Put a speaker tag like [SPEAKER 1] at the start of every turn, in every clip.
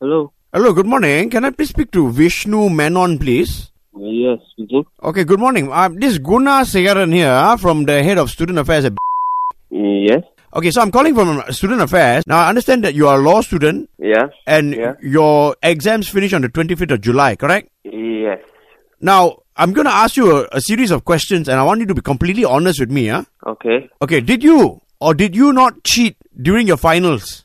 [SPEAKER 1] Hello.
[SPEAKER 2] Hello, good morning. Can I please speak to Vishnu Menon, please?
[SPEAKER 1] Uh, Yes, speaking.
[SPEAKER 2] Okay, good morning. Uh, this is Guna Segaran here from the head of student affairs. at
[SPEAKER 1] Uh, Yes.
[SPEAKER 2] Okay, so I'm calling from uh, student affairs. Now, I understand that you are a law student
[SPEAKER 1] Yeah.
[SPEAKER 2] and
[SPEAKER 1] Yeah.
[SPEAKER 2] your exams finish on the 25th of July, correct?
[SPEAKER 1] Yes.
[SPEAKER 2] Now, I'm going to ask you a, a series of questions and I want you to be completely honest with me. Huh?
[SPEAKER 1] Okay.
[SPEAKER 2] Okay, did you or did you not cheat during your finals?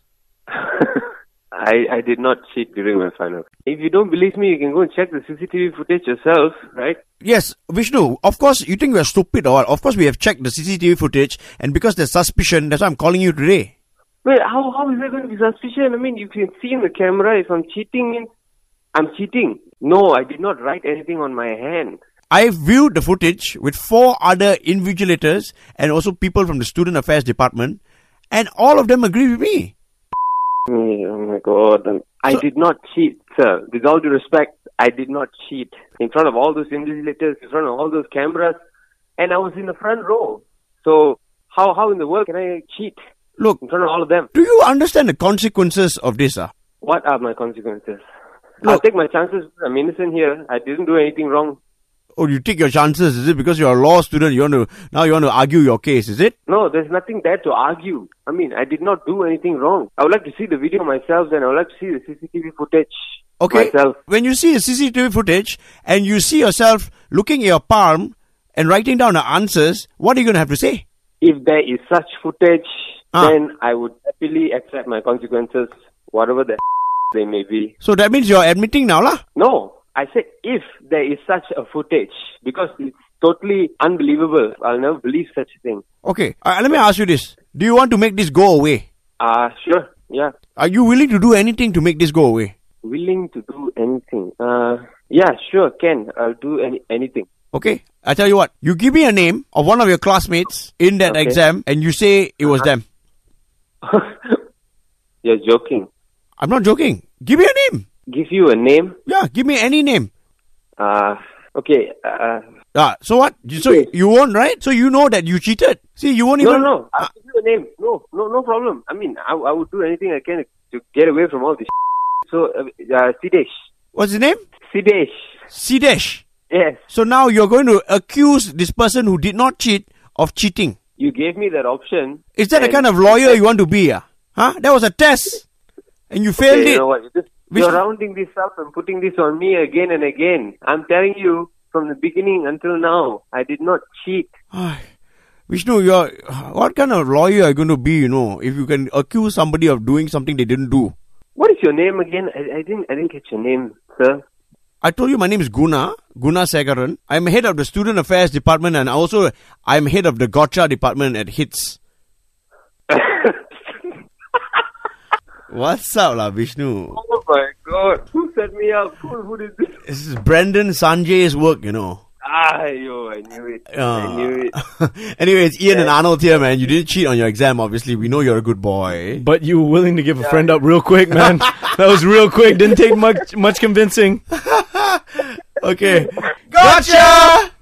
[SPEAKER 1] I I did not cheat during my final. If you don't believe me, you can go and check the CCTV footage yourself, right?
[SPEAKER 2] Yes, Vishnu, of course, you think we are stupid or what? Of course, we have checked the CCTV footage and because there's suspicion, that's why I'm calling you today.
[SPEAKER 1] Wait, how how is that going to be suspicious? I mean, you can see in the camera if I'm cheating. In, I'm cheating. No, I did not write anything on my hand.
[SPEAKER 2] I viewed the footage with four other invigilators and also people from the student affairs department, and all of them agree with me.
[SPEAKER 1] Oh my god! I'm- I
[SPEAKER 2] So-
[SPEAKER 1] did not cheat, sir. With all due respect, I did not cheat in front of all those invigilators, in front of all those cameras, and I was in the front row. So how how in the world can I cheat
[SPEAKER 2] Look,
[SPEAKER 1] in front of all of them?
[SPEAKER 2] do you understand the consequences of this? Ah,
[SPEAKER 1] What are my consequences? I'll
[SPEAKER 2] Look-
[SPEAKER 1] take my chances. I'm innocent here. I didn't do anything wrong.
[SPEAKER 2] Oh, you take your chances, is it? Because you're a law student, you want to now you want to argue your case, is it?
[SPEAKER 1] No, there's nothing there to argue. I mean, I did not do anything wrong. I would like to see the video myself, and I would like to see the CCTV footage
[SPEAKER 2] Okay.
[SPEAKER 1] myself.
[SPEAKER 2] When you see the CCTV footage and you see yourself looking at your palm and writing down the answers, what are you going to have to say?
[SPEAKER 1] if there is such footage,
[SPEAKER 2] Ah.
[SPEAKER 1] then I would happily accept my consequences, whatever the they may be.
[SPEAKER 2] So that means you're admitting now, lah.
[SPEAKER 1] No, I said if there is such a footage, because it's totally unbelievable. I'll never believe such a thing.
[SPEAKER 2] Okay, uh, let me ask you this: Do you want to make this go away?
[SPEAKER 1] Ah, sure, yeah.
[SPEAKER 2] Are you willing to do anything to make this go away?
[SPEAKER 1] Willing to do anything. Uh, yeah, sure, can. I'll do any, anything.
[SPEAKER 2] Okay? I tell you what, you give me a name of one of your classmates in that
[SPEAKER 1] Okay. Uh-huh.
[SPEAKER 2] exam and you say it was them.
[SPEAKER 1] You're joking.
[SPEAKER 2] I'm not joking. Give me a name.
[SPEAKER 1] Give you a name.
[SPEAKER 2] Yeah, give me any name.
[SPEAKER 1] Uh, okay. Uh,
[SPEAKER 2] Ah, so what? You- So
[SPEAKER 1] Okay.
[SPEAKER 2] you won't, right? So you know that you cheated. See, you won't
[SPEAKER 1] no,
[SPEAKER 2] even.
[SPEAKER 1] no. I'll
[SPEAKER 2] Ah,
[SPEAKER 1] give you a name. No, no, no problem. I mean, I, I would do anything I can to get away from all this. So, uh, uh, Sidesh.
[SPEAKER 2] what's his name?
[SPEAKER 1] Sidesh.
[SPEAKER 2] Sidesh.
[SPEAKER 1] Yes,
[SPEAKER 2] So now you're going to accuse this person who did not cheat of cheating.
[SPEAKER 1] you gave me that option.
[SPEAKER 2] Is that the
[SPEAKER 1] and-
[SPEAKER 2] kind of lawyer you want to be? ah? Huh? That was a test. And you failed
[SPEAKER 1] Hey, you
[SPEAKER 2] it.
[SPEAKER 1] know what? You're, just,
[SPEAKER 2] Which-
[SPEAKER 1] you're rounding this up and putting this on me again and again. I'm telling you, from the beginning until now, I did not cheat.
[SPEAKER 2] Vishnu, you're what kind of lawyer are you going to be? You know, if you can accuse somebody of doing something they didn't do.
[SPEAKER 1] What is your name again? I, I didn't, I didn't catch your name, sir.
[SPEAKER 2] I told you my name is Guna Guna Segaran. I'm head of the student affairs department, and also I'm head of the gotcha department at HITS. What's up, lah, Vishnu?
[SPEAKER 1] oh my God! Who set me up? Who, who did this?
[SPEAKER 2] This is Brendan Sanjay's work, you know.
[SPEAKER 1] Ah, yo, I knew it. I knew it.
[SPEAKER 2] anyway, it's Ian and Arnold here, man. You didn't cheat on your exam, obviously. We know you're a good boy.
[SPEAKER 3] But you were willing to give a friend up real quick, man. that was real quick. Didn't take much much convincing.
[SPEAKER 2] Okay. Gotcha!